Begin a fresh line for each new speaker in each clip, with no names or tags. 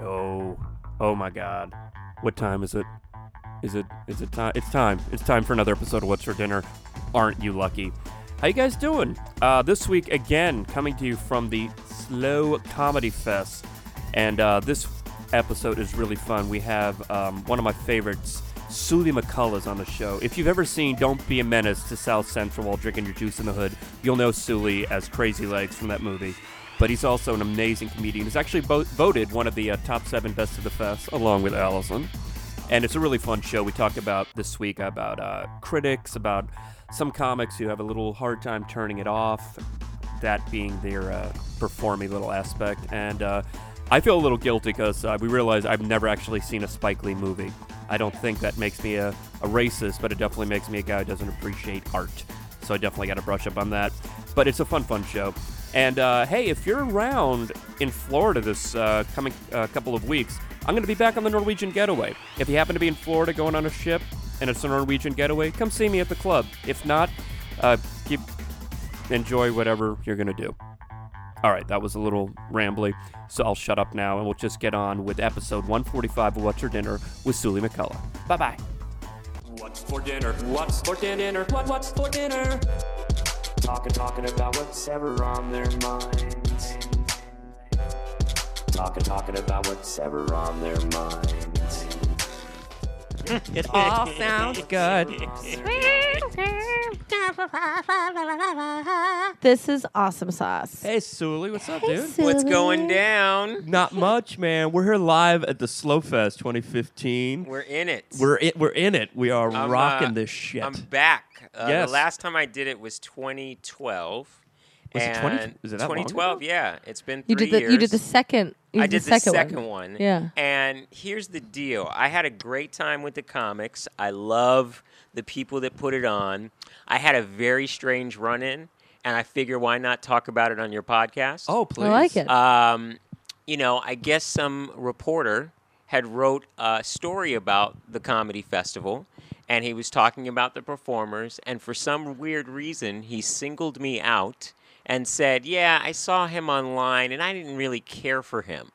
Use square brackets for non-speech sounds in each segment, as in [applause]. Oh, oh my God! What time is it? Is it? Is it time? It's time. It's time for another episode of What's for Dinner? Aren't you lucky? How you guys doing? Uh, this week again, coming to you from the Slow Comedy Fest, and uh, this episode is really fun. We have um, one of my favorites, Sully McCullough, is on the show. If you've ever seen "Don't Be a Menace to South Central While Drinking Your Juice in the Hood," you'll know Sully as Crazy Legs from that movie but he's also an amazing comedian. He's actually bo- voted one of the uh, top seven best of the fest, along with Allison. And it's a really fun show. We talked about this week about uh, critics, about some comics who have a little hard time turning it off, that being their uh, performy little aspect. And uh, I feel a little guilty because uh, we realize I've never actually seen a Spike Lee movie. I don't think that makes me a, a racist, but it definitely makes me a guy who doesn't appreciate art. So I definitely got to brush up on that. But it's a fun, fun show. And uh, hey, if you're around in Florida this uh, coming uh, couple of weeks, I'm going to be back on the Norwegian Getaway. If you happen to be in Florida going on a ship and it's a Norwegian Getaway, come see me at the club. If not, uh, keep enjoy whatever you're going to do. All right, that was a little rambly, so I'll shut up now and we'll just get on with episode 145 of What's Your Dinner with Sully McCullough. Bye bye. What's for dinner? What's for dinner? What, what's for dinner?
Talking, talking about what's ever on their minds. Talking, talking about what's ever on their minds.
It all sounds good.
This is awesome sauce.
Hey, Sully, what's up, dude?
What's going down?
Not much, man. We're here live at the Slow Fest 2015.
We're in it.
We're in, we're in it. We are
I'm,
rocking
uh,
this shit.
I'm back. Uh,
Yes.
The last time I did it was 2012.
Was it 20
and
was it that long ago?
2012? Yeah, it's been three
You did the
years.
you did the second. You
I did
the second,
one.
Yeah.
And here's the deal. I had a great time with the comics. I love the people that put it on. I had a very strange run-in, and I figure why not talk about it on your podcast?
oh, please.
I like it.
um, you know, I guess some reporter had wrote a story about the comedy festival, and he was talking about the performers, and for some weird reason, he singled me out and said, "Yeah, I saw him online, and I didn't really care for him.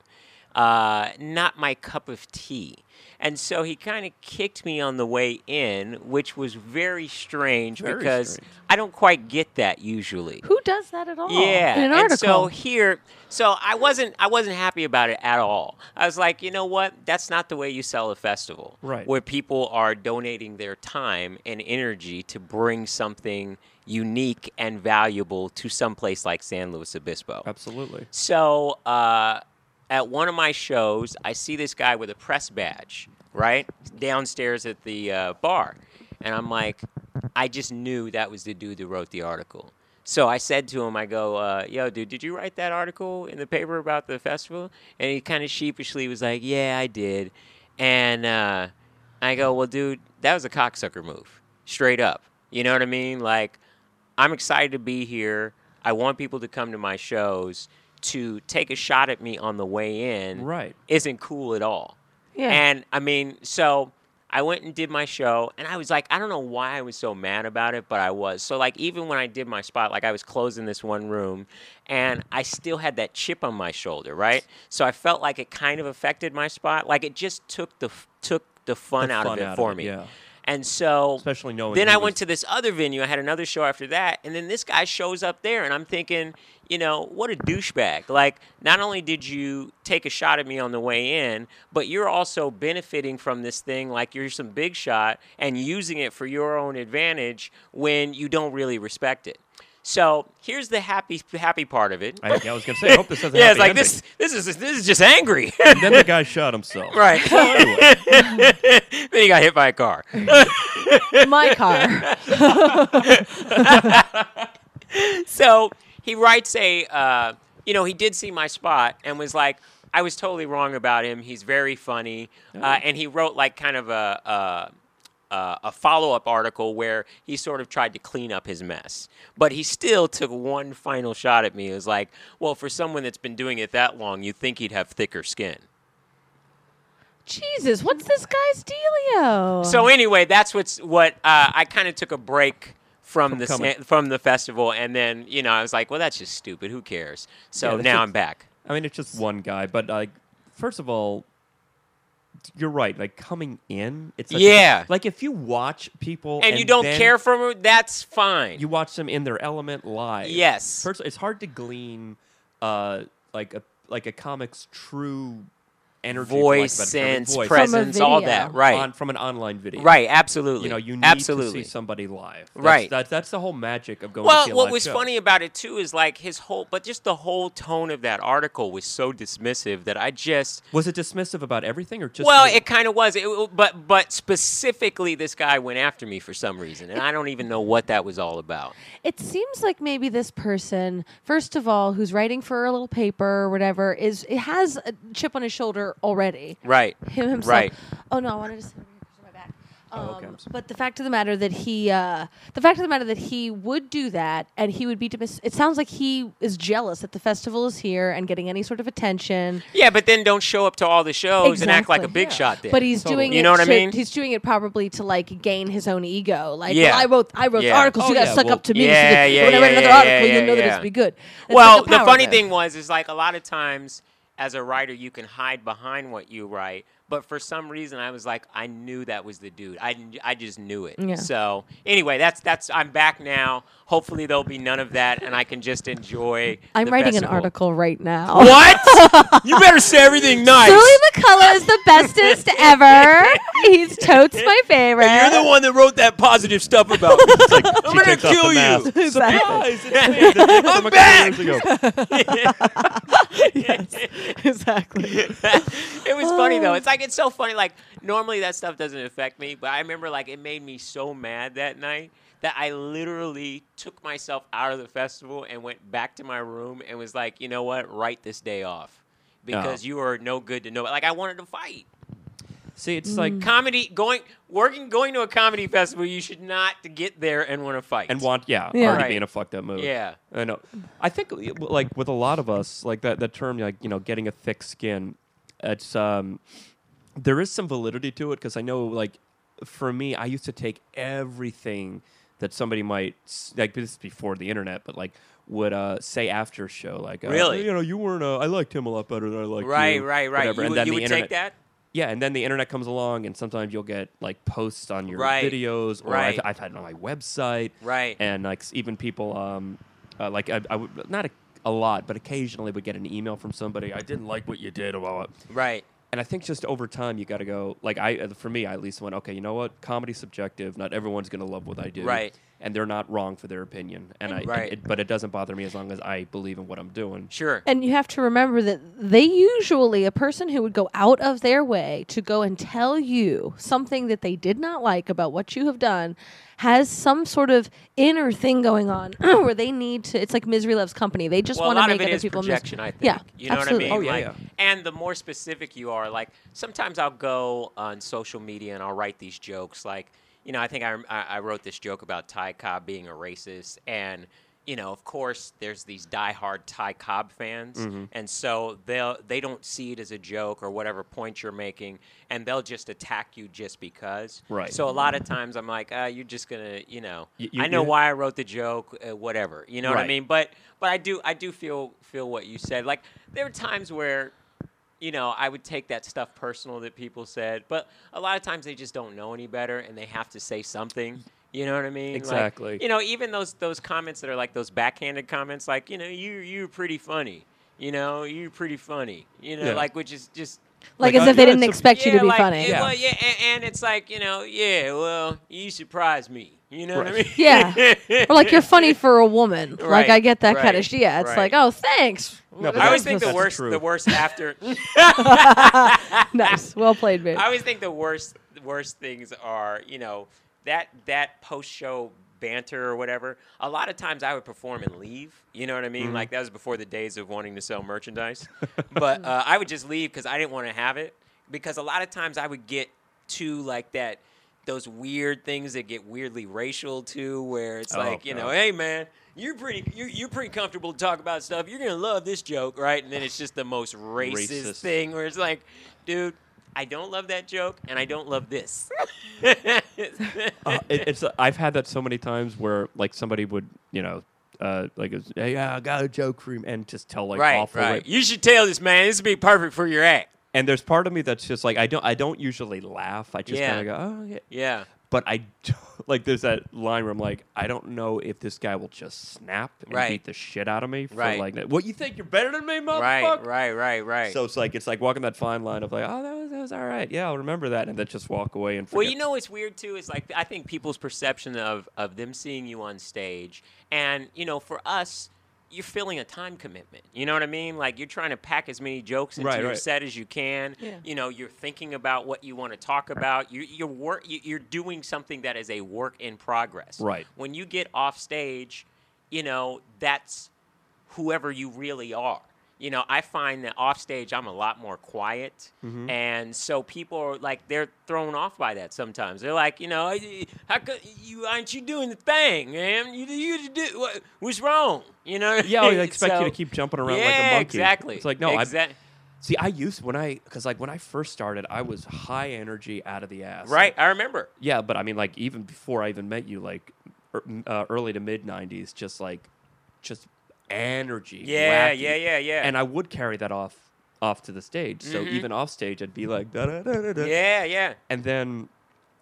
Uh, not my cup of tea." And so he kind of kicked me on the way in, which was very strange
Very
because
strange.
I don't quite get that usually.
Who does that at all?
Yeah,
In an
and so
article.
here, so I wasn't I wasn't happy about it at all. I was like, you know what? That's not the way you sell a festival,
Right.
Where people are donating their time and energy to bring something unique and valuable to some place like San Luis Obispo.
Absolutely.
So uh, at one of my shows, I see this guy with a press badge, right? Downstairs at the uh, bar. And I'm like, I just knew that was the dude that wrote the article. So I said to him, I go, uh, yo, dude, did you write that article in the paper about the festival? And he kind of sheepishly was like, yeah, I did. And uh, I go, well, dude, that was a cocksucker move, straight up. You know what I mean? Like, I'm excited to be here. I want people to come to my shows to take a shot at me on the way in.
Right.
Isn't cool at all.
Yeah.
And I mean, so I went and did my show, and I was like, I don't know why I was so mad about it, but I was. So, like, even when I did my spot, like, I was closing this one room, and I still had that chip on my shoulder, right? So I felt like it kind of affected my spot. Like, it just took the f- took the fun
The
out
fun
of it
out of
for
it,
me.
yeah.
And so,
Especially knowing
Then
he
I
was-
went to this other venue. I had another show after that, and then this guy shows up there, and I'm thinking, you know, what a douchebag! Like, not only did you take a shot at me on the way in, but you're also benefiting from this thing, like you're some big shot, and using it for your own advantage when you don't really respect it. So here's the happy happy part of it.
I, I was gonna say. I hope this doesn't.
[laughs] yeah,
have
it's
the
like
ending.
this this is this is just angry.
And then the guy shot himself.
[laughs] Right. then he got hit by a car. [laughs]
my car.
so he writes a, uh, you know, he did see my spot and was like, I was totally wrong about him. He's very funny, uh, and he wrote like kind of a. a uh, a follow-up article where he sort of tried to clean up his mess, but he still took one final shot at me. It was like, well, for someone that's been doing it that long, you would think he'd have thicker skin.
Jesus, what's this guy's dealio?
So anyway, that's what's what uh, I kind of took a break from, the
coming.
sa- from the festival, and then you know I was like, well, that's just stupid. Who cares?
Yeah,
So
that's
now
just-
I'm back.
I mean, it's just one guy, but like first of all, you're right. Like coming in, it's such a-
Yeah.
like if you watch people
and, you don't
then
care for them, that's fine.
you watch them in their element live.
Yes.
First, it's hard to glean uh, like a like a comic's true energy, for lack of a
voice,
better term,
sense,
voice
presence, all
video.
that. Right.
on- from an online video.
right. Absolutely.
You know, you need
absolutely.
to see somebody live. That's,
Right.
That, that's the whole magic of going. to see
Well,
a
what
live
was
show.
funny about it too is like his whole, but just the whole tone of that article was so dismissive that I just.
was it dismissive about everything or just?
well,
you?
it kind of was, it, w- but but specifically, this guy went after me for some reason, and I don't even know what that was all about.
It seems like maybe this person, first of all, who's writing for a little paper or whatever, is it has a chip on his shoulder already.
Right.
Him himself.
Right.
Oh no, I wanted to sit over here 'cause of my back. Um,
Oh, okay, I'm sorry.
but the fact of the matter that he, uh, the fact of the matter that he would do that, and he would be. Demis- it sounds like he is jealous that the festival is here and getting any sort of attention.
Yeah, but then don't show up to all the shows and Oh, act like a
Exactly.
big shot. Then.
But he's
Totally.
doing
You
it
know what I
to-
mean?
He's doing it probably to like gain his own ego. Like,
Yeah.
well, I wrote I wrote the
Yeah.
articles.
Oh,
you got to
yeah,
suck
well-
up to me. so
Yeah,
that
yeah,
when I write
yeah,
another
yeah,
article,
yeah,
you'll know that
yeah.
it's gonna be good. It's
well,
like a
the
power
funny
move.
thing was is like a lot of times as a writer you can hide behind what you write, but for some reason I was like I knew that was the dude. I, kn- I just knew it.
Yeah.
So anyway, that's that's I'm back now. Hopefully there'll be none of that, and I can just enjoy.
I'm
the
writing
festival.
an article right now. [laughs]
What? you better say everything nice.
Julie McCullough is the
[laughs]
bestest ever. He's totes my favorite.
You're
[laughs]
the one that wrote that positive stuff
[laughs]
about me. [laughs] It's like, I'm
She
gonna
takes off the
kill [laughs] you.
mask.
Exactly.
Surprise! It's me, the thing from a couple
back!
years ago.
[laughs]
exactly.
[laughs] it was funny
Uh.
though. It's like it's so funny. Like normally that stuff doesn't affect me, but I remember like it made me so mad that night that I literally took myself out of the festival and went back to my room and was like, you know what, write this day
Oh.
off because you are no good to know. Like I wanted to fight.
See, it's like
Comedy going working going to a comedy festival, you should not get there and want to fight.
and want yeah,
Yeah.
already
Right.
be in a fucked up mood.
Yeah.
I know. I think uh, like with a lot of us, like that that term like you know getting a thick skin, it's um there is some validity to it because I know like for me I used to take everything that somebody might s- like this is before the internet but like would uh, say after a show like uh,
Really?
you know you weren't uh, I liked him a lot better than I liked
Right,
you,
right, right.
whatever.
You,
and
would-
then
you
the
would
internet
take that?
yeah, and then the internet comes along, and sometimes you'll get like posts on your
Right.
videos, or
Right.
I've, I've had it on my website,
Right.
And like s- even people, um, uh, like I, I would not a, a lot, but occasionally would get an email from somebody. I didn't like what you did, or blah, blah.
Right.
and I think just over time you got to go. Like I, uh, for me, I at least went, okay, you know what? Comedy's subjective. Not everyone's gonna love what I do,
Right.
And they're not wrong for their opinion, and I,
Right.
it, but it doesn't bother me as long as I believe in what I'm doing.
Sure.
And you have to remember that they usually, a person who would go out of their way to go and tell you something that they did not like about what you have done, has some sort of inner thing going on [clears throat] where they need to. It's like misery loves company. They just
well, a
want to
lot
make
of it
other
is
people
projection. I think.
Yeah,
you know
absolutely.
what I mean.
Oh, yeah,
like, And the more specific you are, like sometimes I'll go on social media and I'll write these jokes. Like, you know, I think I rem- I, I wrote this joke about Ty Cobb being a racist, and you know, of course, there's these diehard Ty Cobb fans,
Mm-hmm.
and so they'll they don't see it as a joke or whatever point you're making, and they'll just attack you just because.
Right.
So a lot of times I'm like, uh, you're just gonna, you know,
You- you-
I know
you-
why I wrote the joke, uh, whatever. You know what I
Right.
mean? But but I do I do feel feel what you said. Like there were times where, you know, I would take that stuff personal that people said, but a lot of times they just don't know any better and they have to say something. You know what I mean? Like,
Exactly.
you know, even those those comments that are like those backhanded comments, like you know, you you're pretty funny. You know, you're pretty funny. You know,
Yeah.
like which is just
Like,
Like,
as
uh,
if they
yeah,
didn't
it's a-
expect you to be
like,
funny.
it-
Yeah.
Well, yeah, a- and, it's like you know, yeah. Well, you surprised me. You know what I
Right.
mean? [laughs]
Yeah. or like you're funny for a woman.
Right,
like I get that kind
right,
of shit. Yeah, it's
right.
like, oh, thanks. [laughs]
No, but
I
that's-
always think the
that's
worst,
true.
the worst after.
[laughs]
[laughs]
nice. Well played, babe.
I always think the worst, the worst things are, you know, that that post show banter or whatever. A lot of times I would perform and leave. You know what I mean?
Mm-hmm.
Like that was before the days of wanting to sell merchandise.
[laughs]
but uh, I would just leave because I didn't want to have it. Because a lot of times I would get to like that, those weird things that get weirdly racial too, where it's
Oh,
like you know,
God.
hey man. You're pretty. You're, you're pretty comfortable to talk about stuff. You're gonna love this joke, right? And then it's just the most racist,
Racist.
thing where it's like, dude, I don't love that joke and I don't
[laughs]
love this. [laughs]
uh, it, it's I've had that so many times where like somebody would you know uh, like it's, hey yeah, I got a joke for you and just tell like
right,
awful
right.
rape-
You should tell this man. This would be perfect for your act.
And there's part of me that's just like I don't I don't usually laugh. I just
Yeah.
kind of go, "Oh, yeah."
Yeah.
But I [laughs] don't- like there's that line where I'm like, I don't know if this guy will just snap and
Right.
beat the shit out of me for
Right.
like that. What you think you're better than me, motherfucker?
Right, right, right, right.
So it's like it's like walking that fine line of like, oh, that was, that was all right. Yeah, I'll remember that, and then just walk away and forget.
Well, you know what's weird too is like I think people's perception of of them seeing you on stage, and you know, for us, you're feeling a time commitment. You know what I mean? Like you're trying to pack as many jokes into
Right,
your
right.
set as you can.
Yeah.
You know, you're thinking about what you want to talk about. You, you're work. You, you're doing something that is a work in progress.
Right.
When you get off stage, you know that's whoever you really are. You know, I find that off stage I'm a lot more quiet,
Mm-hmm.
and so people are like they're thrown off by that sometimes. They're like, you know, "Eh, how could you aren't you doing the thing, man? You you do what, what's wrong? You know? what I
yeah,
[laughs]
I
mean?
expect you
So-
to keep jumping around like a
yeah,
monkey.
exactly.
It's like no, I
Exact-
see. I used when I because like when I first started, I was high energy out of the ass.
right. I remember.
Yeah, but I mean, like even before I even met you, like er, m- uh, early to mid '90s, just like just energy.
Yeah,
wacky.
yeah, yeah, yeah.
And I would carry that off off to the stage. So even off stage, I'd be like da da da da da.
Mm-hmm. yeah, yeah,
And then,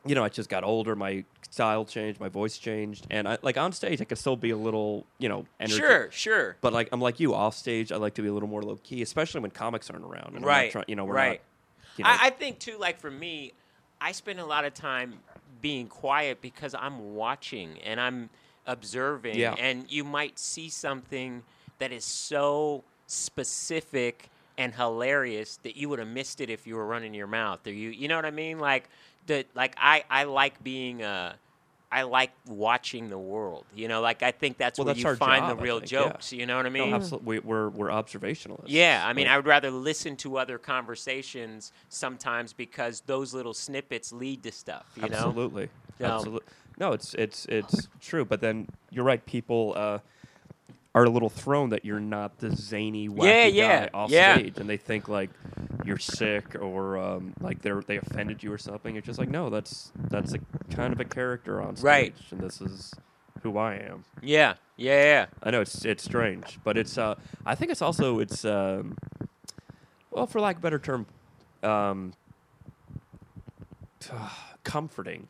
you know, I just got older. My style changed. My voice changed. And I like on stage, I could still be a little, you know, energy.
sure, sure.
But like I'm like you off stage, I like to be a little more low key, especially when comics aren't around. And I'm not
right.
try- you know, we're
right.
not. You know,
I, I think too, like for me, I spend a lot of time being quiet because I'm watching and I'm observing,
Yeah.
and you might see something that is so specific and hilarious that you would have missed it if you were running your mouth, or you, you know what I mean? Like the like I I like being uh I like watching the world, you know. Like I think that's
Well,
where
that's
you
our
find
job,
the
I
real
think, yeah.
jokes. You know what I mean?
absolutely, we, are we're observationalists.
Yeah, I mean,
Like,
I would rather listen to other conversations sometimes because those little snippets lead to stuff. You know,
absolutely,
No.
absolutely. No, it's it's it's true. But then you're right. People uh, are a little thrown that you're not the zany, wacky
Yeah, yeah,
guy off
yeah.
stage, and they think like you're sick or um, like they're they offended you or something. It's just like no, that's that's a kind of a character on stage,
Right.
and this is who I am.
yeah, yeah, yeah.
I know it's it's strange, but it's uh I think it's also it's um well for lack of a better term um [sighs] comforting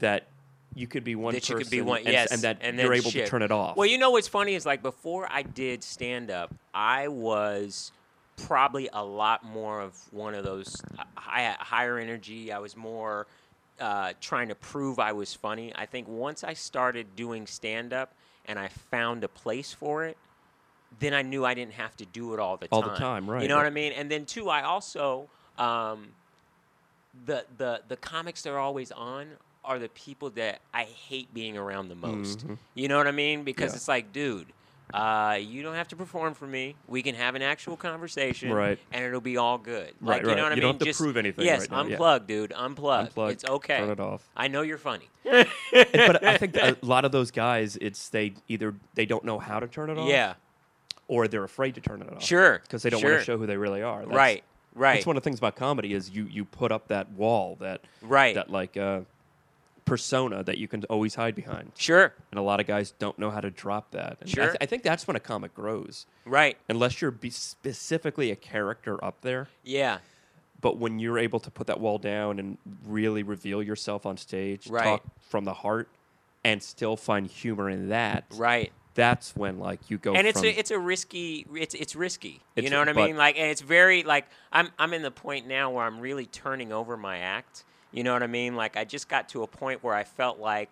that you could be one
that you
person
could be one,
and,
yes,
and that
and
you're
then
able
shift.
to turn it off.
Well, you know what's funny is like before I did stand up, I was probably a lot more of one of those h- high, higher energy. I was more uh, trying to prove I was funny. I think once I started doing stand up and I found a place for it, then I knew I didn't have to do it all the time.
All the time, right.
You know what I mean? And then two, I also um, the the the comics that are always on are the people that I hate being around the most. You know what I mean? Because
Mm-hmm. Yeah.
it's like, dude, uh, you don't have to perform for me. We can have an actual conversation,
Right.
And it'll be all good.
Right,
like, You
right.
know what I
You
mean?
don't have to
Just-
prove anything
Yes,
right now, yeah.
unplug, dude. Unplug.
Unplug,
It's okay.
turn it
[laughs]
off.
I know you're funny.
but I think a lot of those guys it's they either they don't know how to turn it off
yeah.
or they're afraid to turn it off.
Sure,
Because they don't want
sure.
to show who they really are. That's-
Right. Right.
That's one of the things about comedy is you you put up that wall that
Right.
that like uh, persona that you can always hide behind,
Sure.
and a lot of guys don't know how to drop that. And I
Sure.
th- I, think that's when a comic grows,
Right.
unless you're be specifically a character up there.
Yeah.
But when you're able to put that wall down and really reveal yourself on stage,
Right.
talk from the heart, and still find humor in that,
Right.
That's when like you go
and it's
from-
a it's a risky it's it's risky. you
It's-
know what I
but-
mean? Like, and it's very like I'm I'm in the point now where I'm really turning over my act. You know what I mean? Like, I just got to a point where I felt like,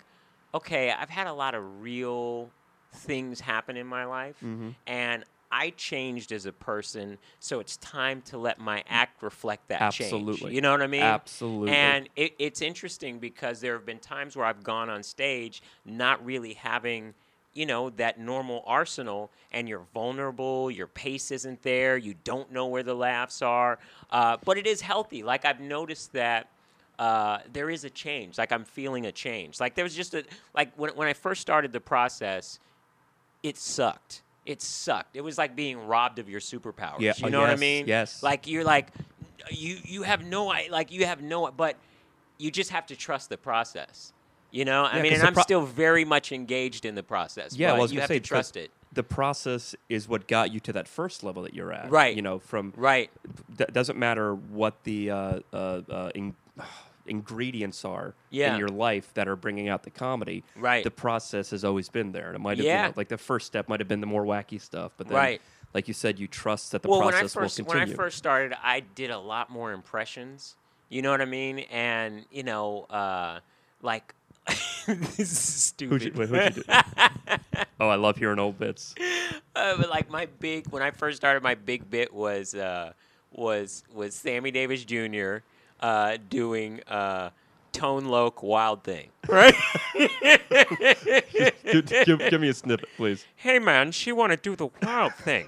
okay, I've had a lot of real things happen in my life,
Mm-hmm.
and I changed as a person, so it's time to let my act reflect that change.
Absolutely.
You know what I mean?
Absolutely.
And it, it's interesting because there have been times where I've gone on stage not really having, you know, that normal arsenal, and you're vulnerable, your pace isn't there, you don't know where the laughs are. Uh, but it is healthy. Like I've noticed that. Uh, there is a change. Like I'm feeling a change. Like there was just a like when when I first started the process, it sucked. It sucked. It was like being robbed of your superpowers.
Yeah,
You
uh,
know what I
yes,
mean?
yes.
Like you're like you you have no i- like you have no but you just have to trust the process. You know? I
Yeah,
mean,
'cause
and
the
I'm
pro-
still very much engaged in the process.
yeah.
but
well, I was
you
gonna
have
say
to
because
trust it.
the process is what got you to that first level that you're at.
Right.
You know, from
Right.
that doesn't matter what the uh, uh, uh, in, [sighs] ingredients are
Yeah.
in your life that are bringing out the comedy.
Right.
The process has always been there, and it might have
Yeah.
you know, like the first step might have been the more wacky stuff, but then,
Right.
like you said, you trust that the
well, when I
process
first
will
when I
continue.
first started, I did a lot more impressions. You know what I mean? And you know, uh, like [laughs] this is stupid.
you- wait, who'd you do? oh, I love hearing old bits.
Uh, but like my big when I first started, my big bit was uh, was was Sammy Davis Jr. Uh, doing uh, Tone Loc Wild Thing. Right. [laughs]
give, give, give me a snippet, please.
hey man, she want to do the wild thing.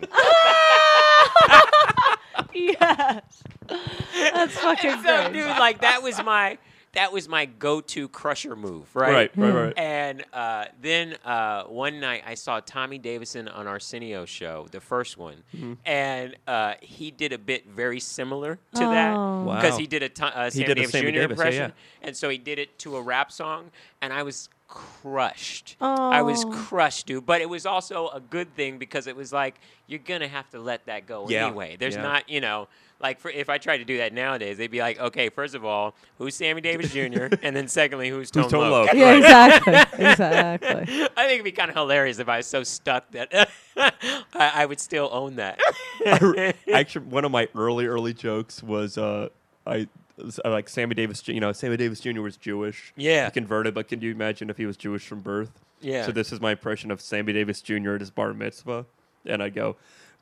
yes. [laughs]
[laughs]
That's fucking
so,
great.
dude, like that was my that was my go-to crusher move, right?
Right, right, right.
And uh, then uh, one night I saw Tommy Davison on Arsenio show, the first one,
Hmm.
and uh, he did a bit very similar to that
Oh.
because
Wow.
he did a Tom- uh, Sammy
did a
Davis
Sammy
Jr.
Davis, yeah,
impression, and so he did it to a rap song, and I was crushed.
Oh.
I was crushed, dude. But it was also a good thing because it was like you're gonna have to let that go
Yeah,
anyway. There's
yeah.
not, you know. Like for, if I tried to do that nowadays, they'd be like, "Okay, first of all, who's Sammy Davis Jr.
[laughs]
and then secondly, who's Tone,
Who's Tone Loc?
[laughs] yeah, exactly.
[laughs]
Exactly.
I think it'd be kind of hilarious if I was so stuck that [laughs] I, I would still own that.
[laughs] I- actually one of my early early jokes was uh I was, uh, like Sammy Davis Ju- you know Sammy Davis Jr was Jewish
Yeah.
he converted but can you imagine if he was Jewish from birth
Yeah.
so this is my impression of Sammy Davis Jr at his bar mitzvah and I go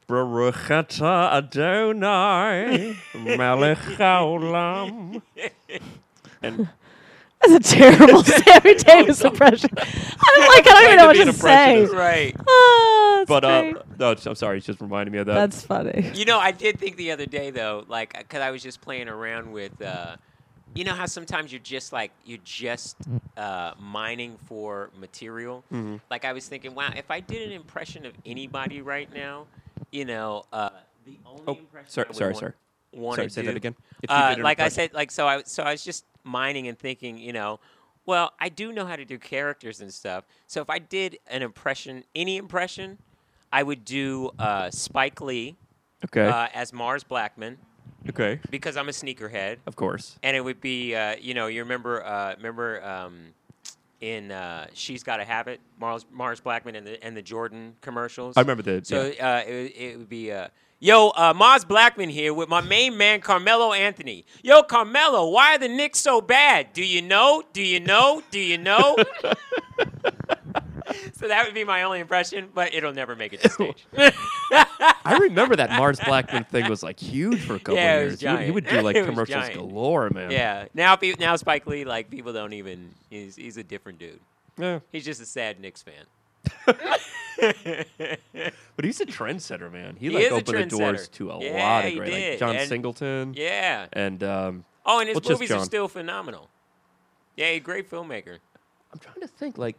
Baruch atah
[laughs]
Adonai Melech haolam." and
That's a
[laughs]
terrible Sammy Davis impression. [laughs] I don't like. I don't even know what
be an
to say.
[laughs]
impressionist.
right.
Ah, that's
but uh
great.
no I'm sorry it just reminded me of that
that's funny.
You know, I did think the other day though, like, because I was just playing around with, uh, you know, how sometimes you're just like you're just uh, mining for material.
Mm-hmm.
Like I was thinking, wow, if I did an impression of anybody right now, you know, uh, the only
Oh,
impression.
sorry
I would
sorry
want-
sorry
want
Sorry,
to
say
do.
that again. If you
Uh,
did an
like I
impression.
said, like so I so I was just mining and thinking, you know, well, I do know how to do characters and stuff. So if I did an impression, any impression, I would do uh, Spike Lee
okay
uh, as Mars Blackman
okay
because I'm a sneakerhead,
of course
and it would be, uh, you know, you remember uh, remember um, in uh, She's Got to Have It, Mars Mars Blackman and the and the Jordan commercials.
I remember the
So
yeah.
uh, it, it would be, uh, yo, uh, Moz Blackman here with my main man, Carmelo Anthony. Yo, Carmelo, why are the Knicks so bad? Do you know? Do you know? Do
[laughs]
you know? so that would be my only impression, but it'll never
[laughs]
make it to stage.
I remember that Mars Blackman thing was like huge for a couple
Yeah,
of
it
years.
was
You- You,
giant.
would do like
[laughs] It was
commercials
giant.
galore, man.
yeah. Now, pe- now Spike Lee, like people don't even. He's, he's a different dude.
Yeah.
He's just a sad Knicks fan.
But he's a trendsetter, man. He,
He
like
is a
opened the doors
trendsetter.
to a
Yeah,
lot of
he
great, like
did.
John
And-
Singleton.
Yeah.
And um,
Oh, and his
Well, just
movies are
John.
still phenomenal. Yeah, he's a great filmmaker.
I'm trying to think, like,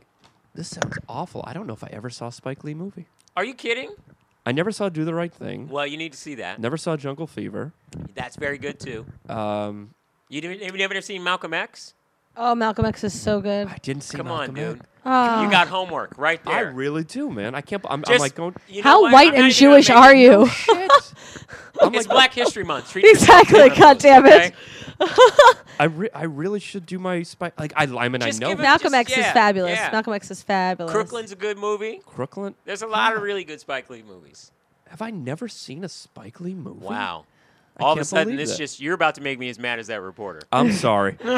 this sounds awful. I don't know if I ever saw a Spike Lee movie.
Are you kidding?
I never saw Do the Right Thing.
Well, you need to see that.
Never saw Jungle Fever.
That's very good too.
Um,
You didn't, have you never seen Malcolm X?
Oh, Malcolm X is so good.
I didn't see
Come
Malcolm
on, dude.
X.
Ah.
You got homework right
I
there.
really do, man. I can't. I'm, I'm
Just-
like
[laughs]
going.
you know
How
what?
white
I'm not
and
even gonna
Jewish
make
are
it-
[laughs] you?
Shit. I'm
It's
like,
Black History
[laughs]
Month. Treat yourself
exactly.
like
God
one
damn
of those,
it.
okay?
I, re- I really should do my Spike. Like, I, I mean,
Just
I know
give it-
Malcolm
Just-
X is
yeah,
fabulous.
yeah.
Malcolm X is fabulous.
Crooklyn's a good movie.
Crooklyn.
There's a lot of really good Spike Lee movies.
Have I never seen a Spike Lee movie?
Wow.
Hmm. I
All of a
can't
sudden,
believe
this
that.
just, you're about to make me as mad as that reporter.
I'm
[laughs]
sorry. well,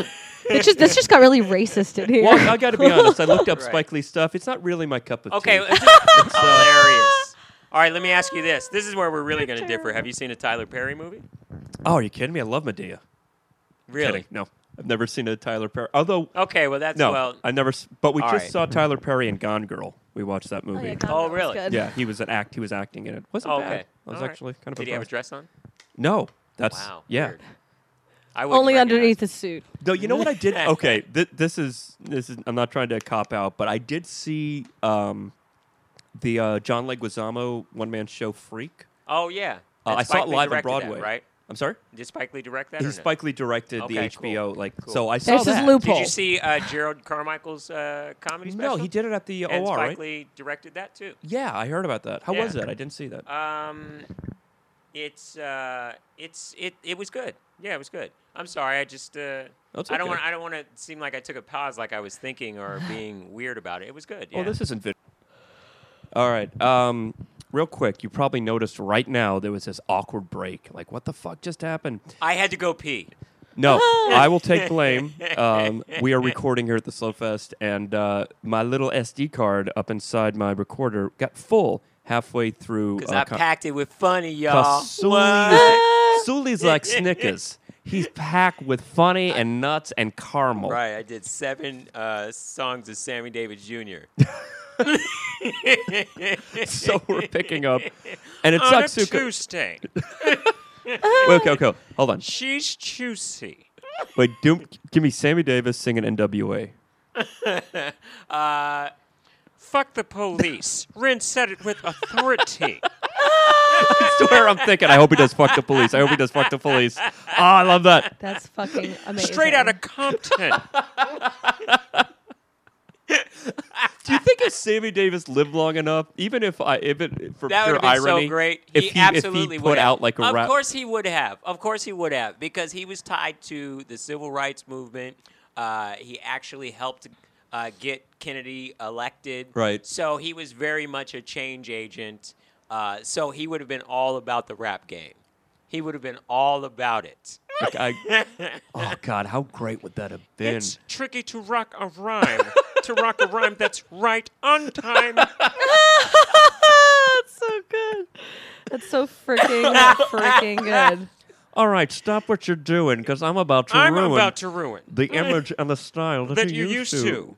It just this just got really racist in here. Oh,
I got to be honest. I looked up
Right.
Spike Lee stuff. It's not really my cup of [laughs]
Okay, uh,
tea.
it's just hilarious. All right, let me ask you this. This is where we're really going to differ. Have you seen a Tyler Perry movie?
Oh, are you kidding me? I love Medea.
Really?
Kidding. No, I've never seen a Tyler Perry. Although,
Okay, well, that's
no,
well.
I never. s- But we
all
just
right.
saw Tyler Perry in Gone Girl. We watched that
Oh,
movie.
yeah,
yeah,
God,
Oh,
that was
really?
good.
he was an act. He was acting in it. Wasn't
Oh,
bad.
okay.
I was
All right.
actually kind of.
Did he have a
impressed.
dress on?
No, that's
Wow.
yeah.
weird. I wouldn't
Only
recognize
underneath the suit.
No, you know what I
[laughs]
did? Okay, th- this is this is. I'm not trying to cop out, but I did see um, the uh, John Leguizamo one man show Freak.
Oh yeah.
Uh,
And
I saw
Spike
it
Lee
live on
directed that,
Broadway.
right?
I'm sorry.
Did Spike Lee direct that?
He
or no?
Spike Lee directed
Okay,
the HBO
cool.
like
Cool.
so I saw
There's his
that.
loophole.
Did you see uh, Gerald Carmichael's uh, comedy
No,
special?
he did it at the
And
OR,
Spike
right?
Lee directed that too.
Yeah, I heard about that. How
Yeah.
was that? I didn't see that.
Um, it's uh, it's it it was good. Yeah, it was good. I'm sorry, I just uh,
That's
I don't
okay.
want I don't want to seem like I took a pause, like I was thinking or
[sighs]
being weird about it. It was good. Yeah.
Oh, this isn't vid. All right. Um, real quick, you probably noticed right now there was this awkward break. Like, what the fuck just happened?
I had to go pee. [laughs]
No, I will take blame. Um, we are recording here at the Slow Fest, and uh, my little SD card up inside my recorder got full halfway through.
Because
uh,
I
con-
packed it with funny, y'all.
Cause Suli's, Suli's like Snickers. He's packed with funny and nuts and caramel.
Right, I did seven uh, songs of Sammy Davis Jr.
[laughs] So we're picking
[laughs]
up, and it
On a
sucks. who co-
Tuesday,
Wait, okay, okay, hold on.
she's juicy.
Wait, do, give me Sammy Davis singing NWA.
Fuck the police. Rin said it with authority.
I swear I'm thinking. I hope he does fuck the police. I hope he does fuck the police. Oh, I love that.
[laughs] That's fucking amazing. [laughs]
Straight out of Compton.
Do you think if Sammy Davis lived long enough, even if I, if it for
That would
pure
have been
irony,
so great.
if
he absolutely
if he
would
put
have.
out like a
of
rap,
course he would have. Of course he would have because he was tied to the civil rights movement. Uh, he actually helped uh, get Kennedy elected.
Right.
So he was very much a change agent. Uh, so he would have been all about the rap game. He would have been all about it.
like,
[laughs]
I, oh god, how great would that have been?
It's tricky to rock a rhyme. to rock a rhyme that's right on time.
That's so good. That's so freaking freaking [laughs] good.
All right, stop what you're doing because I'm about to
I'm
ruin
about to ruin
the image and the style that,
that
you
you used to.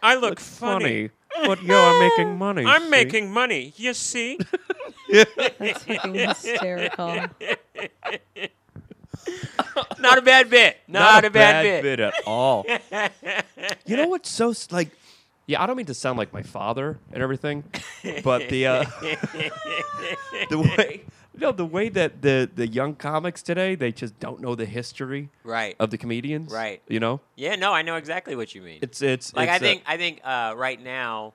I look funny.
Funny, but you're making money.
I'm
see?
making money, you see?
That's fucking hysterical.
Not a bad
[laughs]
bit. Not,
not
a, bad, bit.
at all. you know what's so s- like? Yeah, I don't mean to sound like my father and everything, but the uh, [laughs] the way no the way that the the young comics today they just don't know the history
Right.
of the comedians.
Right.
You know,
Yeah. No, I know exactly what you mean.
it's it's
like
it's,
I
uh,
think I think uh, right now,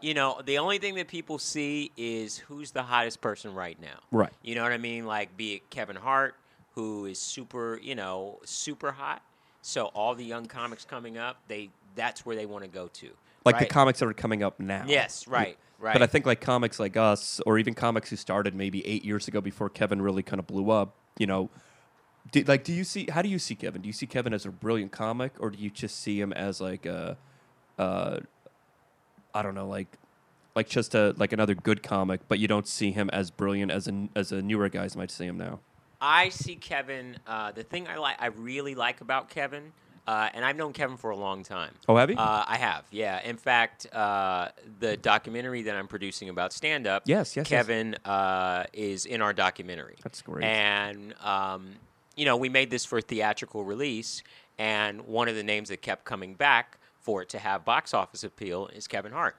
you know, the only thing that people see is who's the hottest person right now.
Right.
You know what I mean? Like be it Kevin Hart, who is super, you know, super hot. So all the young comics coming up, they that's where they want to go to.
like
right?
the comics that are coming up now.
Yes, right, right.
But I think like comics like us, or even comics who started maybe eight years ago before Kevin really kind of blew up. You know, do, like do you see how do you see Kevin? Do you see Kevin as a brilliant comic, or do you just see him as like a, uh, I don't know, like like just a like another good comic, but you don't see him as brilliant as a as a newer guys might see him now.
I see Kevin. Uh, the thing I like, I really like about Kevin, uh, and I've known Kevin for a long time.
Oh, have you?
Uh, I have. Yeah. In fact, uh, the documentary that I'm producing about stand up.
Yes, yes, yes.
Kevin Uh, is in our documentary.
That's great.
And um, you know, we made this for theatrical release, and one of the names that kept coming back for it to have box office appeal is Kevin Hart.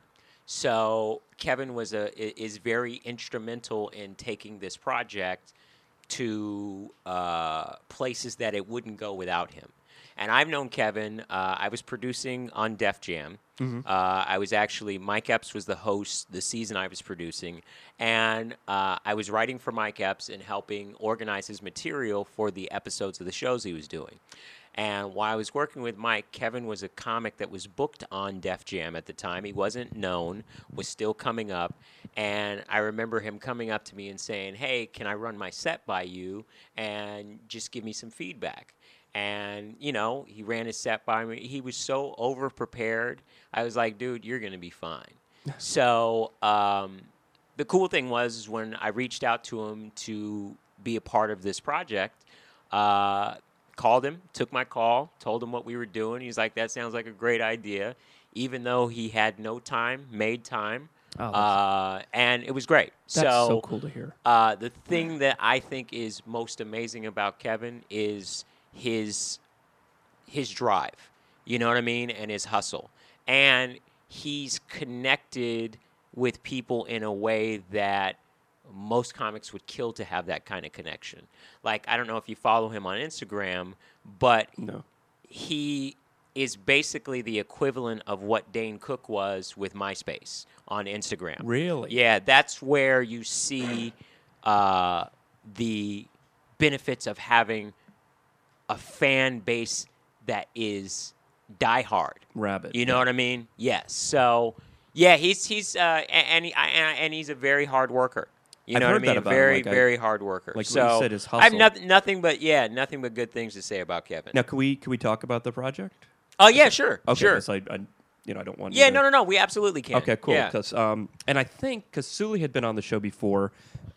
So Kevin was a i- is very instrumental in taking this project to uh, places that it wouldn't go without him. And I've known Kevin. Uh, I was producing on Def Jam. Uh, I was actually Mike Epps was the host the season I was producing, and uh, I was writing for Mike Epps and helping organize his material for the episodes of the shows he was doing. And while I was working with Mike, Kevin was a comic that was booked on Def Jam at the time. He wasn't known, was still coming up. And I remember him coming up to me and saying, Hey, can I run my set by you and just give me some feedback? And, you know, he ran his set by me. He was so over prepared. I was like, Dude, you're going to
[laughs]
be fine. so, um, the cool thing was is when I reached out to him to be a part of this project, uh, called him, took my call, told him what we were doing. He's like, "That sounds like a great idea," even though he had no time, made time,
Oh, that's-
uh, and it was great.
That's so cool to hear.
Uh, the thing that I think is most amazing about Kevin is his his drive. You know what I mean? And his hustle. And he's connected with people in a way that most comics would kill to have that kind of connection. Like I don't know if you follow him on Instagram, but
No.
he is basically the equivalent of what Dane Cook was with MySpace on Instagram.
Really?
Yeah, that's where you see uh, the benefits of having a fan base that is diehard.
Rabbit.
You know what I mean? Yes. So, yeah, he's he's uh, a- and he, I- and and he's a very hard worker. You
I've
know what I
heard that
mean? A
about him,
very
like I-
very hard worker.
like what you
so
said, his
I've
hustle.
nothing nothing but yeah, nothing but good things to say about Kevin.
Now, can we can we talk about the project?
Oh yeah, sure,
Okay,
sure.
'cause I, I, you know, I don't want. you
Yeah,
to-
no, no, no. We absolutely can.
Okay, cool.
Yeah.
Because um, and I think because Sully had been on the show before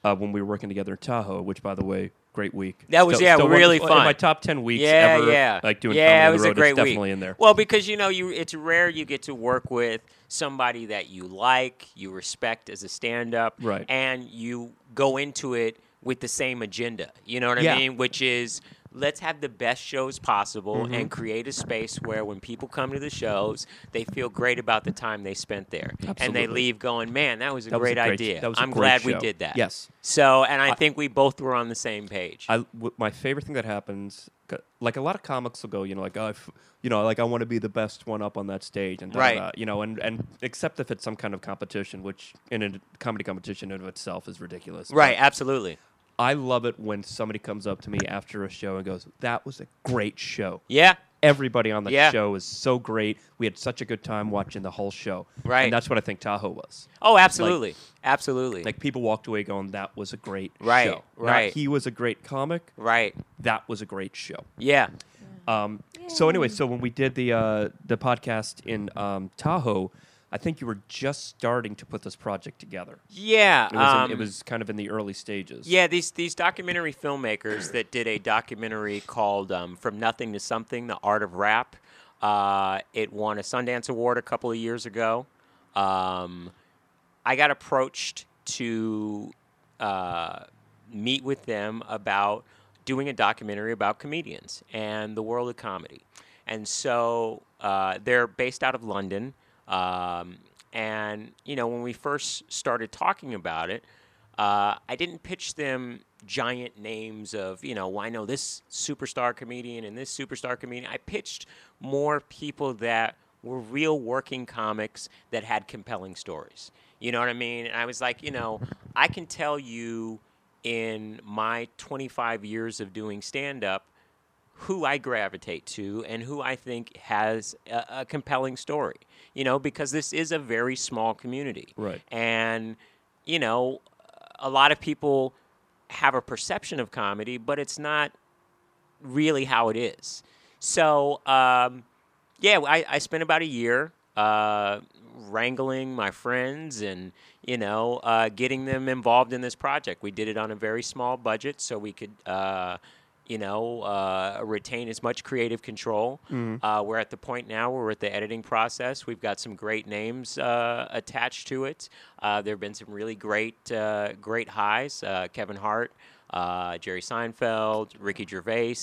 uh, when we were working together in Tahoe, which by the way, great week.
That was, yeah,
one-
really
uh, in
fun.
my top ten weeks
yeah,
ever.
yeah.
Like doing comedy
yeah,
on
it
the
was
road,
a
it's
great
definitely
week.
in there.
Well, because you know, you it's rare you get to work with somebody that you like, you respect as a stand-up,
Right.
And you go into it with the same agenda. You know what
Yeah.
I mean? Which is let's have the best shows possible
Mm-hmm.
and create a space where when people come to the shows, they feel great about the time they spent there, and
Absolutely.
they leave going, "Man, that was a
That was a
great,
great-
idea.
that was a
I'm
great
glad we
show."
did that."
Yes.
So, and I, think we both were on the same page.
I w- my favorite thing that happens, c- like a lot of comics will go, you know, like I, f- you know, like I want to be the best one up on that stage, and da, da,
Right.
da, you know, and and except if it's some kind of competition, which in a comedy competition in of itself is ridiculous.
right,
But
absolutely.
I love it when somebody comes up to me after a show and goes, "That was a great show."
Yeah.
Everybody on the
Yeah.
show is so great. We had such a good time watching the whole show.
Right.
And that's what I think Tahoe was.
Oh, absolutely. absolutely.
Like people walked away going, "That was a great
Right,
show." Not,
right.
he was a great comic.
right.
That was a great show.
Yeah.
Um, so anyway, so when we did the uh, the podcast in um, Tahoe, I think you were just starting to put this project together.
Yeah.
It was, in-
um,
it was kind of in the early stages.
Yeah, these these documentary filmmakers that did a documentary called um, "From Nothing to Something: The Art of Rap." Uh, it won a Sundance Award a couple of years ago. Um, I got approached to uh, meet with them about doing a documentary about comedians and the world of comedy. And so uh, they're based out of London. Um, and, you know, when we first started talking about it, uh, I didn't pitch them giant names of, you know, well, I know this superstar comedian and this superstar comedian. I pitched more people that were real working comics that had compelling stories. You know what I mean? And I was like, you know, I can tell you in my 25 years of doing stand up who I gravitate to and who I think has a, a compelling story, you know, because this is a very small community.
Right.
And, you know, a lot of people have a perception of comedy, but it's not really how it is. So, um, yeah, I, I spent about a year uh, wrangling my friends and, you know, uh, getting them involved in this project. We did it on a very small budget so we could, uh, you know, uh, retain as much creative control. Uh, we're at the point now where we're at the editing process. We've got some great names uh, attached to it. Uh, there have been some really great, uh, great highs. Uh, Kevin Hart uh, Jerry Seinfeld, Ricky
Mm.
Gervais,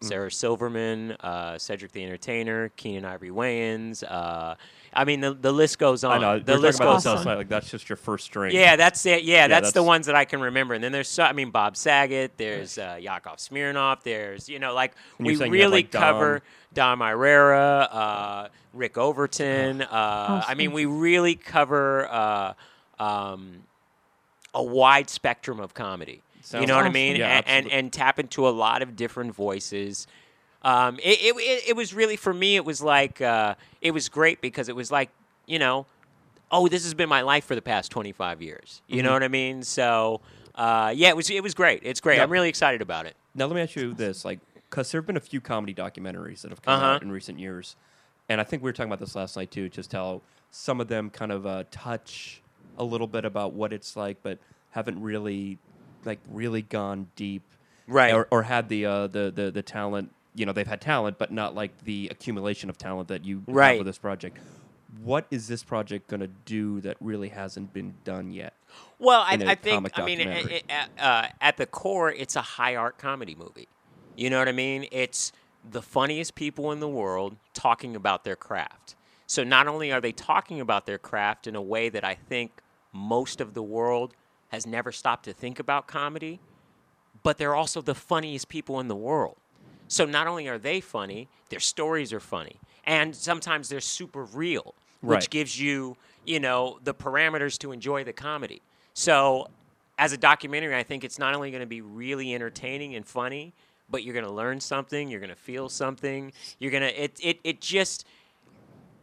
Sarah Silverman, uh, Cedric the Entertainer, Keenan Ivory Wayans. Uh, I mean, the, the list goes on.
I know.
the
we were
list
talking about
goes
this
on.
last night. Like that's just your first string.
Yeah, that's it. Yeah, that's, the
that's-
ones that I can remember. And then there's, so, I mean, Bob Saget. There's uh, Yakov Smirnoff. There's, you know, like
And you're
we
saying you have,
really
like, Dom.
cover Dom Irera, uh,
[gasps]
Rick Overton. Uh, I mean, we really cover uh, um, a wide spectrum of comedy. you
Sounds
know what I
awesome.
mean?
Yeah,
and, and
absolutely.
and tap into a lot of different voices. Um, it, it, it, it was really for me. It was like uh, it was great because it was like you know oh, this has been my life for the past 25 years. You know what I mean? So, uh, yeah, it was it was great. It's great.
Yeah.
I'm really excited about it.
Now let me ask you this, like, because there have been a few comedy documentaries that have come
Uh-huh.
out in recent years, and I think we were talking about this last night too. Just how some of them kind of uh, touch a little bit about what it's like, but haven't really, like, really gone deep,
Right.
Or, or had the, uh, the the the talent. You know, they've had talent, but not like the accumulation of talent that you
Right.
have with this project. What is this project going to do that really hasn't been done yet?
Well, I,
in a
I think
comic
I mean a-
documentary.
a- uh, at the core, it's a high art comedy movie. You know what I mean? It's the funniest people in the world talking about their craft. So not only are they talking about their craft in a way that I think most of the world has has never stopped to think about comedy, but they're also the funniest people in the world. So not only are they funny, their stories are funny, and sometimes they're super real,
Right.
which gives you, you know, the parameters to enjoy the comedy. So as a documentary, I think it's not only going to be really entertaining and funny, but you're going to learn something, you're going to feel something, you're going to it it it just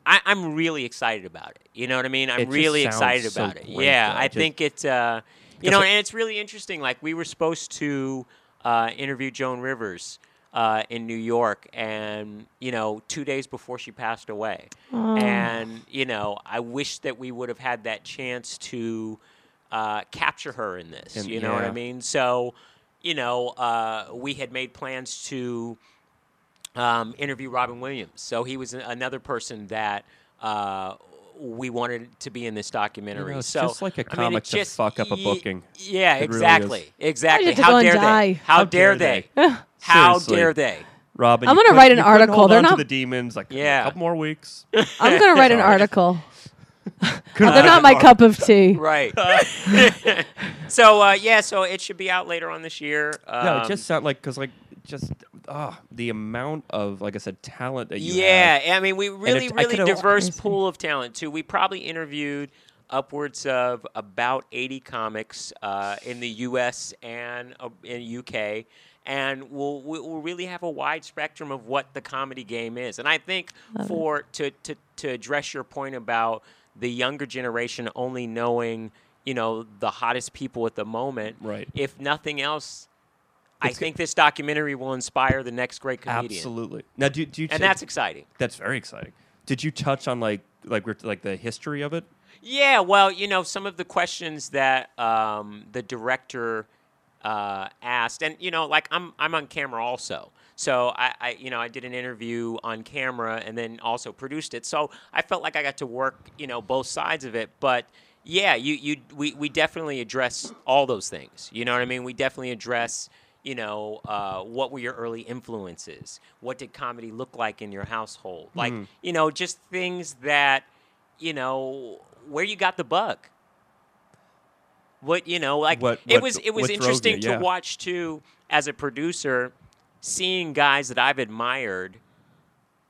I, I'm really excited about it. You know what I mean? I'm
It just
really
sounds
excited
so
about it.
great,
Yeah,
though.
I
Just-
think it. Uh, you know, and it's really interesting. Like we were supposed to uh, interview Joan Rivers uh, in New York, and you know, two days before she passed away,
Oh.
and you know, I wish that we would have had that chance to uh, capture her in this.
And-
you know what I
yeah.
mean? So, you know, uh, we had made plans to um, interview Robin Williams. So he was an- another person that uh, we wanted to be in this documentary.
it's
so
just like a
I mean,
comic
it
to
just-
fuck up a
y-
booking.
Yeah,
It really is.
exactly, exactly.
have to
How
go and
dare
die.
they? How, dare they? [laughs] How
Seriously.
dare they?
Robin,
I'm
you
gonna
couldn't-
write an
you couldn't
article.
Hold
They're
on to
not-
the demons. Like a
Yeah.
couple more weeks.
I'm gonna write an article. They're not my cup of tea.
Right.
[laughs]
[laughs] so uh, yeah, so it should be out later on this year. Um,
yeah, it just sound like because like just ah the amount of like I said talent that you
yeah,
have.
I mean, we really,
it- I
really
could've-
diverse pool of talent too. We probably interviewed upwards of about 80 comics uh, in the U.S. and uh, in UK, and we'll we- we'll really have a wide spectrum of what the comedy game is. And I think for to, to to address your point about the younger generation only knowing you know the hottest people at the moment,
Right.
If nothing else. I think this documentary will inspire the next great comedian,
absolutely. Now do do you
and
ta-
that's exciting.
that's very exciting. Did you touch on like like we're like the history of it?
Yeah, well, you know, some of the questions that um, the director uh, asked, and you know, like I'm I'm on camera also, so I, I you know I did an interview on camera and then also produced it, so I felt like I got to work you know both sides of it, but. Yeah, you, you we, we definitely address all those things. You know what I mean? We definitely address you know, uh, what were your early influences? What did comedy look like in your household? Like, you know, just things that, you know, where you got the bug. What you know, like
What-
it
what-
was it was
what drove you,
interesting
yeah.
to watch too as a producer, seeing guys that I've admired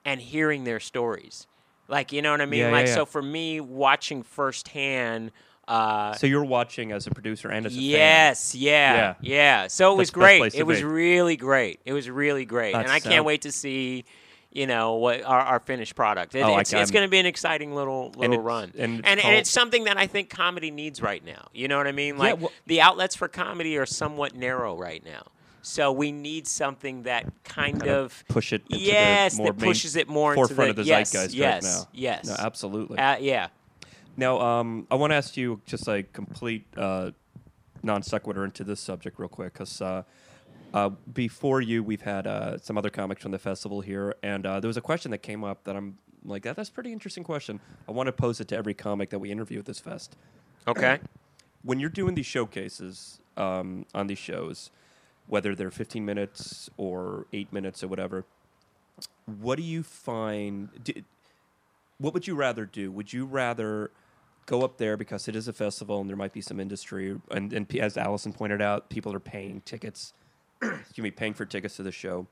and hearing their stories. Like, you know what I mean?
Yeah, yeah,
like
yeah.
so for me, watching firsthand uh,
So you're watching as a producer and as a fan.
Yes, yeah, yeah, So it was
the best
great.
place to
It was
be.
really great. It was really great,
That
and I can't
sound-
wait to see, you know, what our, our finished product. It-
Oh, I
it's it's
can-
going to be an exciting little little
it's-
run,
and it's
and,
called-
it's something that I think comedy needs right now. You know what I mean? Like
well-
the outlets for comedy are somewhat narrow right now. So we need something that kind, of
push it into the
yes,
more
that
main-
pushes it more into
forefront of the
yes,
zeitgeist
yes,
right now.
Yes,
No, absolutely.
Uh, yeah.
Now, um, I want to ask you just a complete uh, non sequitur into this subject real quick, because uh, uh, before you, we've had uh, some other comics from the festival here, and uh, there was a question that came up that I'm like, that, that's a pretty interesting question. I want to pose it to every comic that we interview at this fest
Okay.
when you're doing these showcases um, on these shows, whether they're 15 minutes or eight minutes or whatever, what do you find? Do, what would you rather do? Would you rather go up there because it is a festival and there might be some industry? And, and p- as Allison pointed out, people are paying tickets, excuse me, paying for tickets to the show.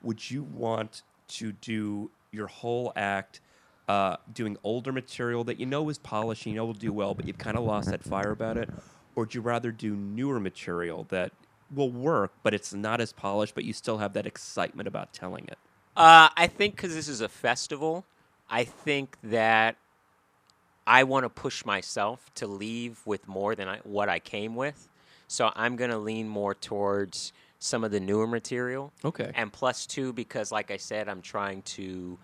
Would you want to do your whole act? uh, doing older material that you know is polished, you know will do well, but you've kind of lost that fire about it? Or would you rather do newer material that will work, but it's not as polished, but you still have that excitement about telling it?
Uh, I think because this is a festival, I think that I want to push myself to leave with more than I, what I came with. So I'm going to lean more towards some of the newer material.
Okay.
And plus two, because like I said, I'm trying to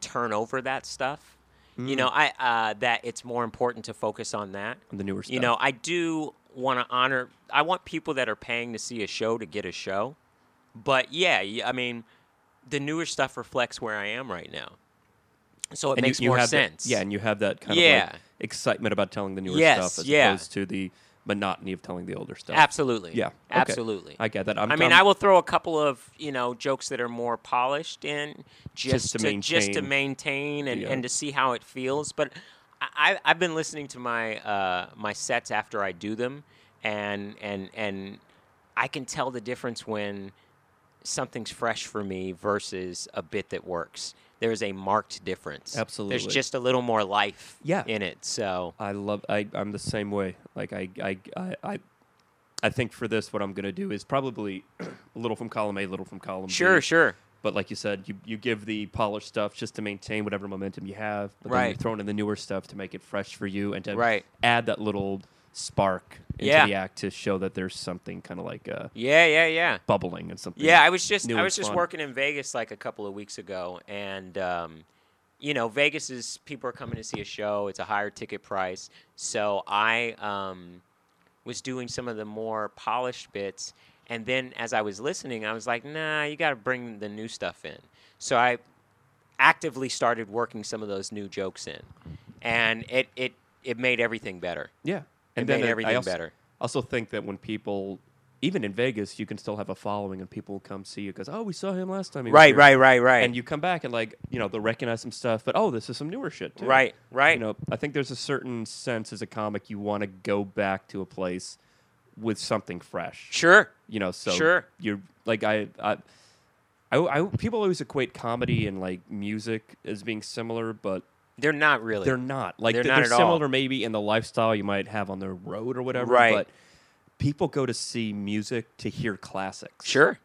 turn over that stuff. You
Mm.
know, I uh, that it's more important to focus on that.
On the newer
You
stuff.
know, I do want to honor. I want people that are paying to see a show to get a show. But yeah, y- I mean, the newer stuff reflects where I am right now, so it
And you-
makes
you
more
have that-
sense.
yeah, and you have that kind of
Yeah.
like excitement about telling the newer
Yes,
stuff as
yeah.
opposed to the monotony of telling the older stuff.
absolutely.
Yeah. okay.
absolutely.
I get that. I'm,
I mean,
I'm-
I will throw a couple of you know jokes that are more polished in just,
to
to, just to
maintain.
maintain and,
Yeah.
and to see how it feels. But I, I've been listening to my uh, my sets after I do them, and and and I can tell the difference when something's fresh for me versus a bit that works. There is a marked difference.
Absolutely.
there's just a little more life
Yeah. Uh,
in it. So
I love. I I'm the same way. Like I I I. I I think for this, what I'm going to do is probably [clears throat] a little from column A, a little from column B.
sure, sure.
But like you said, you, you give the polished stuff just to maintain whatever momentum you have. But then
Right.
you're throwing in the newer stuff to make it fresh for you and to
Right.
add that little spark into
Yeah.
the act to show that there's something kind of like uh,
Yeah, yeah, yeah.
bubbling and something.
Yeah, I was just
new
I
and
was just
fun.
working in Vegas like a couple of weeks ago, and um, you know, Vegas is people are coming to see a show. It's a higher ticket price, so I um, was doing some of the more polished bits, and then as I was listening, I was like, Nah, you got to bring the new stuff in. So I actively started working some of those new jokes in, and it it it made everything better.
Yeah,
It made
I
everything
also,
better.
Also, think that when people, even in Vegas, you can still have a following, and people will come see you because oh, we saw him last time. He was
Right,
here."
right, right, right.
And you come back and like you know they'll recognize some stuff, but oh, this is some newer shit. Too.
Right, right.
You know, I think there's a certain sense as a comic you want to go back to a place with something fresh
sure.
you know so
Sure.
you're like I, I I I people always equate comedy and like music as being similar but
They're not really.
they're not like
They're
they're,
not at all.
similar maybe in the lifestyle you might have on the road or whatever
Right.
but people go to see music to hear classics
sure.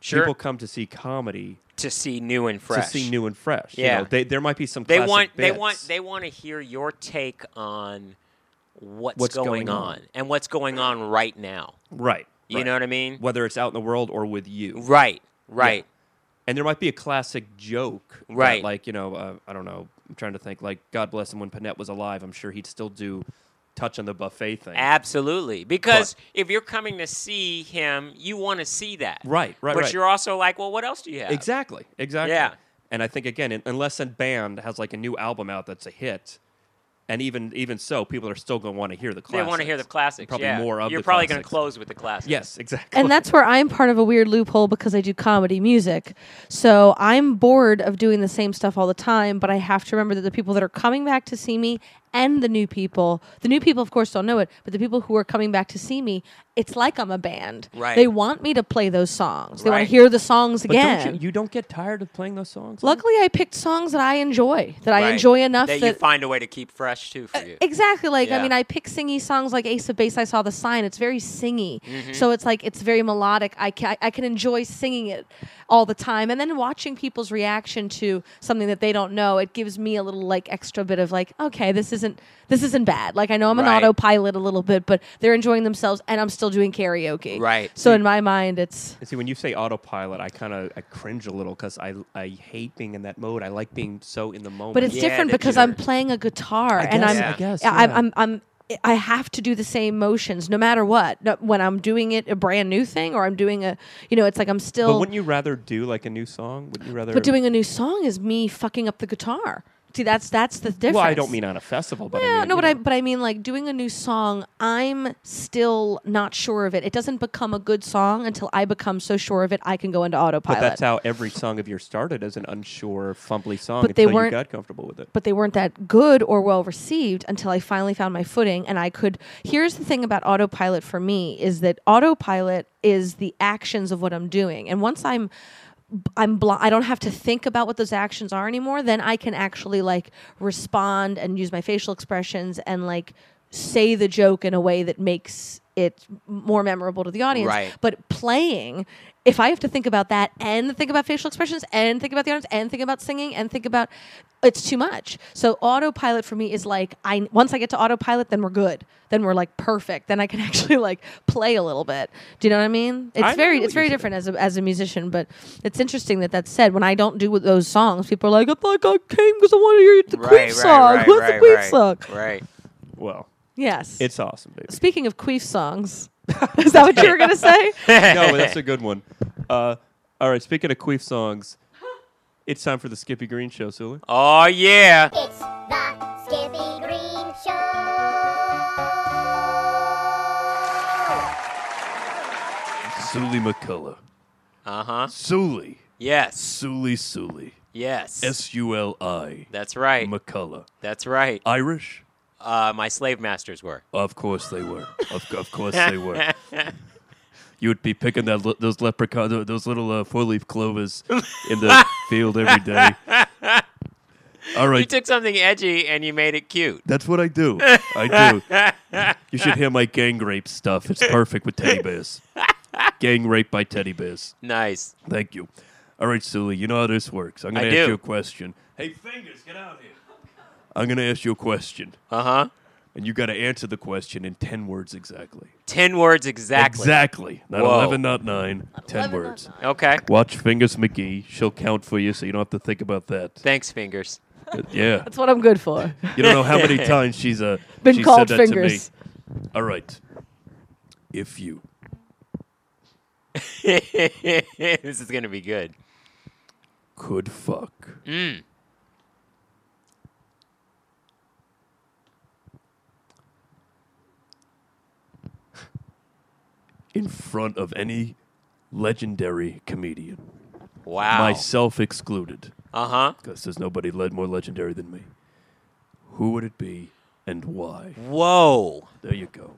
Sure.
people come to see comedy
to see new and fresh.
to see new and fresh you
Yeah.
know, they, there might be some
they
classic
want they
bits.
want they want to hear your take on what's,
What's
going,
going
on.
on.
and what's going on right now.
right
You
right.
know what I mean?
whether it's out in the world or with you
Right. Right.
and there might be a classic joke, that,
Right.
like you know, uh, I don't know. I'm trying to think. Like God bless him when Panette was alive. I'm sure he'd still do touch on the buffet thing.
Absolutely. Because if you're coming to see him, you want to see that.
Right, right,
But
right.
you're also like, well, what else do you have?
exactly, exactly.
Yeah.
And I think again, un- unless a band has like a new album out that's a hit, and even even so, people are still going to want to hear the
They
classics.
want to hear the classics.
Probably
yeah.
more of
You're
the
probably going to
classics.
close with the classics.
Yes, exactly.
And that's where I'm part of a weird loophole because I do comedy music. So I'm bored of doing the same stuff all the time, but I have to remember that the people that are coming back to see me and the new people, the new people, of course, don't know it, but the people who are coming back to see me, it's like I'm a band.
Right.
They want me to play those songs, they want
Right.
to hear the songs
but
again.
don't you, you don't get tired of playing those songs.
Luckily, I picked songs that I enjoy, that I
Right.
enjoy enough
that,
that. Uh,
you find a way to keep fresh too for you.
Exactly. Like
Yeah.
I mean, I pick singy songs like Ace of Base. I saw the sign. It's very singy,
Mm-hmm.
so it's like it's very melodic. I can I can enjoy singing it all the time, and then watching people's reaction to something that they don't know. It gives me a little like extra bit of like, okay, this isn't this isn't bad. Like I know I'm an
Right.
autopilot a little bit, but they're enjoying themselves, and I'm still doing karaoke.
Right.
So in my mind, it's
And see, when you say autopilot, I kind of I cringe a little because I I hate being in that mode. I like being so in the moment.
but it's
Yeah,
different
that
because
you're-
I'm playing a guitar
I
and
guess-
I'm
I guess,
I'm,
yeah.
I'm I'm I have to do the same motions no matter what. No, when I'm doing it a brand new thing or I'm doing a you know it's like I'm
But
still but,
wouldn't you rather do like a new song? Wouldn't you rather?
doing a new song is me fucking up the guitar. See that's that's the difference.
Well, I don't mean on a festival, but I
Yeah,
mean,
no,
you
but I
know,
but I mean like doing a new song. I'm still not sure of it. It doesn't become a good song until I become so sure of it I can go into
but
autopilot.
that's how every song of yours started as an unsure, fumbly song
But they
until you
weren't-
got comfortable with it.
but they weren't that good or well received until I finally found my footing and I could here's the thing about autopilot for me is that autopilot is the actions of what I'm doing and once I'm I'm bl- I don't have to think about what those actions are anymore then I can actually like respond and use my facial expressions and like say the joke in a way that makes it more memorable to the audience
Right.
but playing if i have to think about that and think about facial expressions and think about the audience and think about singing and think about it's too much so autopilot for me is like i once i get to autopilot then we're good then we're like perfect then i can [laughs] actually like play a little bit do you know what i mean it's
I
very
know what
it's very
you're saying.
different as a, as a musician but it's interesting that that's said when i don't do those songs people are like i thought i came because i want to hear the
Right,
queen
right,
song
right,
what's
right,
the queen
right,
song
Right.
Well,
yes
it's awesome, baby.
Speaking of queef songs, [laughs] is that what you were gonna
[laughs]
say?
no, but that's a good
[laughs]
one. Uh, all right, speaking of queef songs, it's time for the Skippy Green Show, Sulu.
Oh yeah.
It's the Skippy Green Show.
Suli McCullough.
Uh huh.
Suli.
Yes.
Suli Suli.
Yes.
S U L I.
That's right.
McCullough.
That's right.
Irish?
Uh, my slave masters were.
Of course they were. Of, of course they were. You would be picking that li- those leprechaun, tho- those little uh, four-leaf clovers in
[laughs]
the field every day. All
You
right,
took something edgy and you made it cute.
that's what I do. I do. You should hear my gang rape stuff. It's perfect with teddy bears. Gang rape by teddy bears.
Nice.
Thank you. All right, Sully, you know how this works. I'm going
I
to ask
do.
you a question. Hey, fingers, get out here. I'm going to ask you a question,
Uh huh.
and you got to answer the question in 10 words exactly.
Ten words exactly.
Exactly. Not
Whoa.
11, not 9, 10
11, not
words.
nine.
Okay.
Watch Fingers McGee. She'll count for you, so you don't have to think about that.
Thanks, fingers. [laughs]
Uh, yeah.
[laughs] That's what I'm good for.
You don't know how
[laughs]
many times she's uh,
Been
she
called
said that
fingers.
to me. All right. If you
this is gonna be good.
could fuck
Mm.
in front of any legendary comedian,
Wow.
myself excluded,
Uh huh.
because there's nobody le- more legendary than me, who would it be and why?
Whoa.
There you go.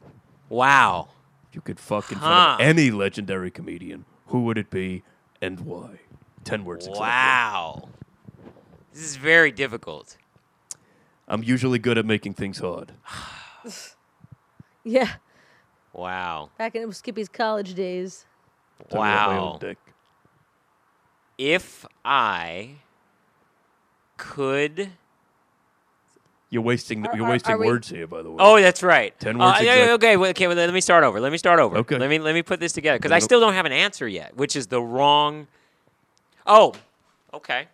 Wow.
you could fuck in front
Huh.
of any legendary comedian, who would it be and why? Ten words. exactly.
Wow. This is very difficult.
I'm usually good at making things hard.
yeah,
Wow.
back in Skippy's college days.
Tell me about my own
Wow.
dick.
If I could.
You're wasting
Are-
you're
are-
wasting
are we-
words here, by the way.
Oh, that's right.
10
Uh,
words
yeah,
exact-
okay, well, okay. Well, let me start over. Let me start over.
Okay.
Let me let me put this together because
No,
I
no.
still don't have an answer yet, which is the wrong. Oh, okay.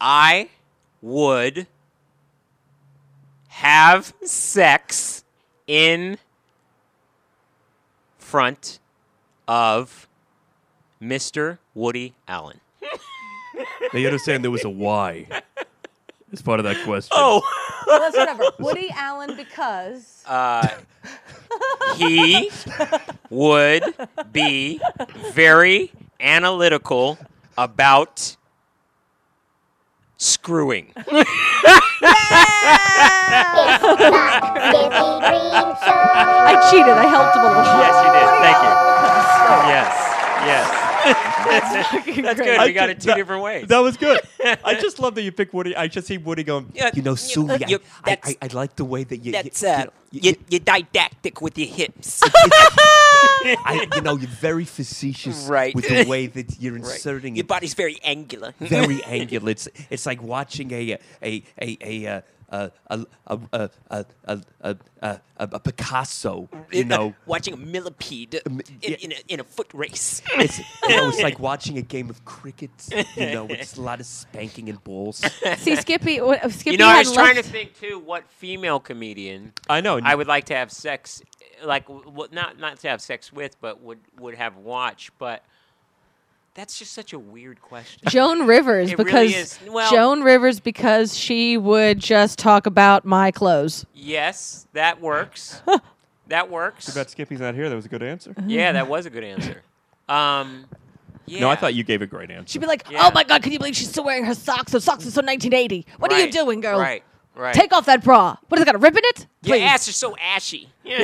I would have sex in front of Mr. Woody Allen.
Now you understand there was a
[laughs]
why. as part of that question.
Oh,
Well, that's
[laughs]
whatever. Woody Allen because
he would be very analytical about screwing.
Skippy Green Show.
I cheated. I helped him a little.
Yes, you did.
[laughs]
Thank you. Yes, yes. That's good. We got it two different ways.
That was good. I
[laughs]
just love that you pick Woody. I just see Woody going.
Yeah,
you know,
you-
Sully, I,
you-
I,
that's-
I, I like the way that you.
That's
you,
uh,
you,
you, you're didactic with your hips.
I, you know, you're very facetious
[laughs] Right.
with the way that you're
[laughs] Right.
[laughs] inserting
Your
it.
body's very angular.
very angular. It's it's like watching a a a a a a a a a a, a, a, a, a Picasso. You
[laughs]
know,
[laughs] watching a millipede
mi-
in,
yeah.
in, a, in a foot [laughs] race.
it's you know,
[laughs]
it's like watching a game of cricket. You know, it's a lot of spanking and balls.
See, Skippy. What, if Skippy
you know, I
had
was trying to
left-
think too what female comedian
[laughs] I know.
I would like to have sex, like w- w- not not to have sex with, but would would have watch. But that's just such a weird question.
Joan Rivers
[laughs] It really
because
is. Well-
Joan Rivers because she would just talk about my clothes.
yes,
[laughs]
that works. that works.
Skippy's not here. That was a good answer.
Yeah, that was a good answer. Um, yeah.
No, I thought you gave a great answer.
She'd be like,
Yeah.
"Oh my God, can you believe she's still wearing her socks? Her socks are so 1980. What are you
Right,
doing, girl?
Right, right.
Take off that bra. What is it got a rip in it?
Your
Please."
ass is so ashy. [laughs] you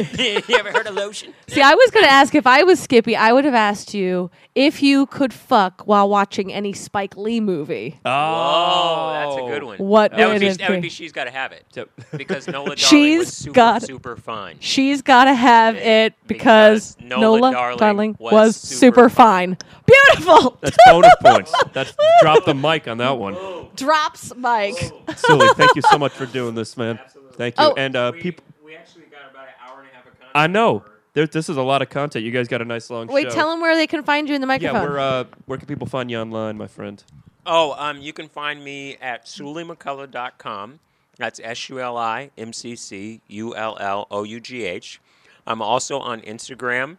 ever heard of lotion?
See, I was gonna ask if I was Skippy, I would have asked you if you could fuck while watching any Spike Lee movie.
Oh, that's a good one.
What
that would
would
be?
it
That would
be?
be. She's got to have it
So-
[laughs]
[laughs]
because Nola Darling was
She's
super
got-
super fine.
She's gotta have it because,
Because
Nola, Darling, was, super, fine. Beautiful.
That's bonus points.
[laughs]
That's drop the mic on that one.
Drops Mike.
Oh,
Sully, thank you so much for doing this, man. Thank you.
Oh.
And uh, people,
we actually got about an hour and a half of content.
I know there, this is a lot of content. You guys got a nice long show.
Wait, tell them where they can find you in the microphone.
Yeah, where uh, where can people find you online, my friend?
Oh, um, you can find me at sulimccullough.com. That's S U L I M C C U L L O U G H. I'm also on Instagram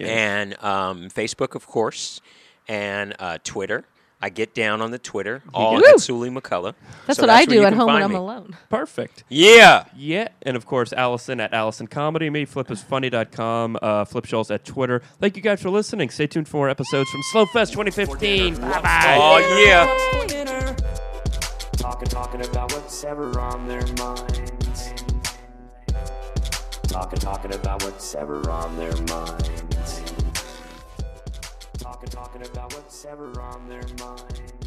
and um, Facebook, of course, and uh, Twitter. I get down on the Twitter, all
Woo!
at Suli McCullough.
That's
So
what I
where
do
you
at
can
home when
find
I'm
me.
alone.
Perfect.
Yeah.
Yeah, and of course, Allison at Allison Comedy, me, Flip is funny.com, uh, Flip Schultz at Twitter. Thank you guys for listening. Stay tuned for more episodes from Slowfest 2015. Bye bye.
Oh, yeah.
Talking, talking about what's ever on their minds. Talking, talking about what's ever on their minds. Talking, talking about what's ever on their minds.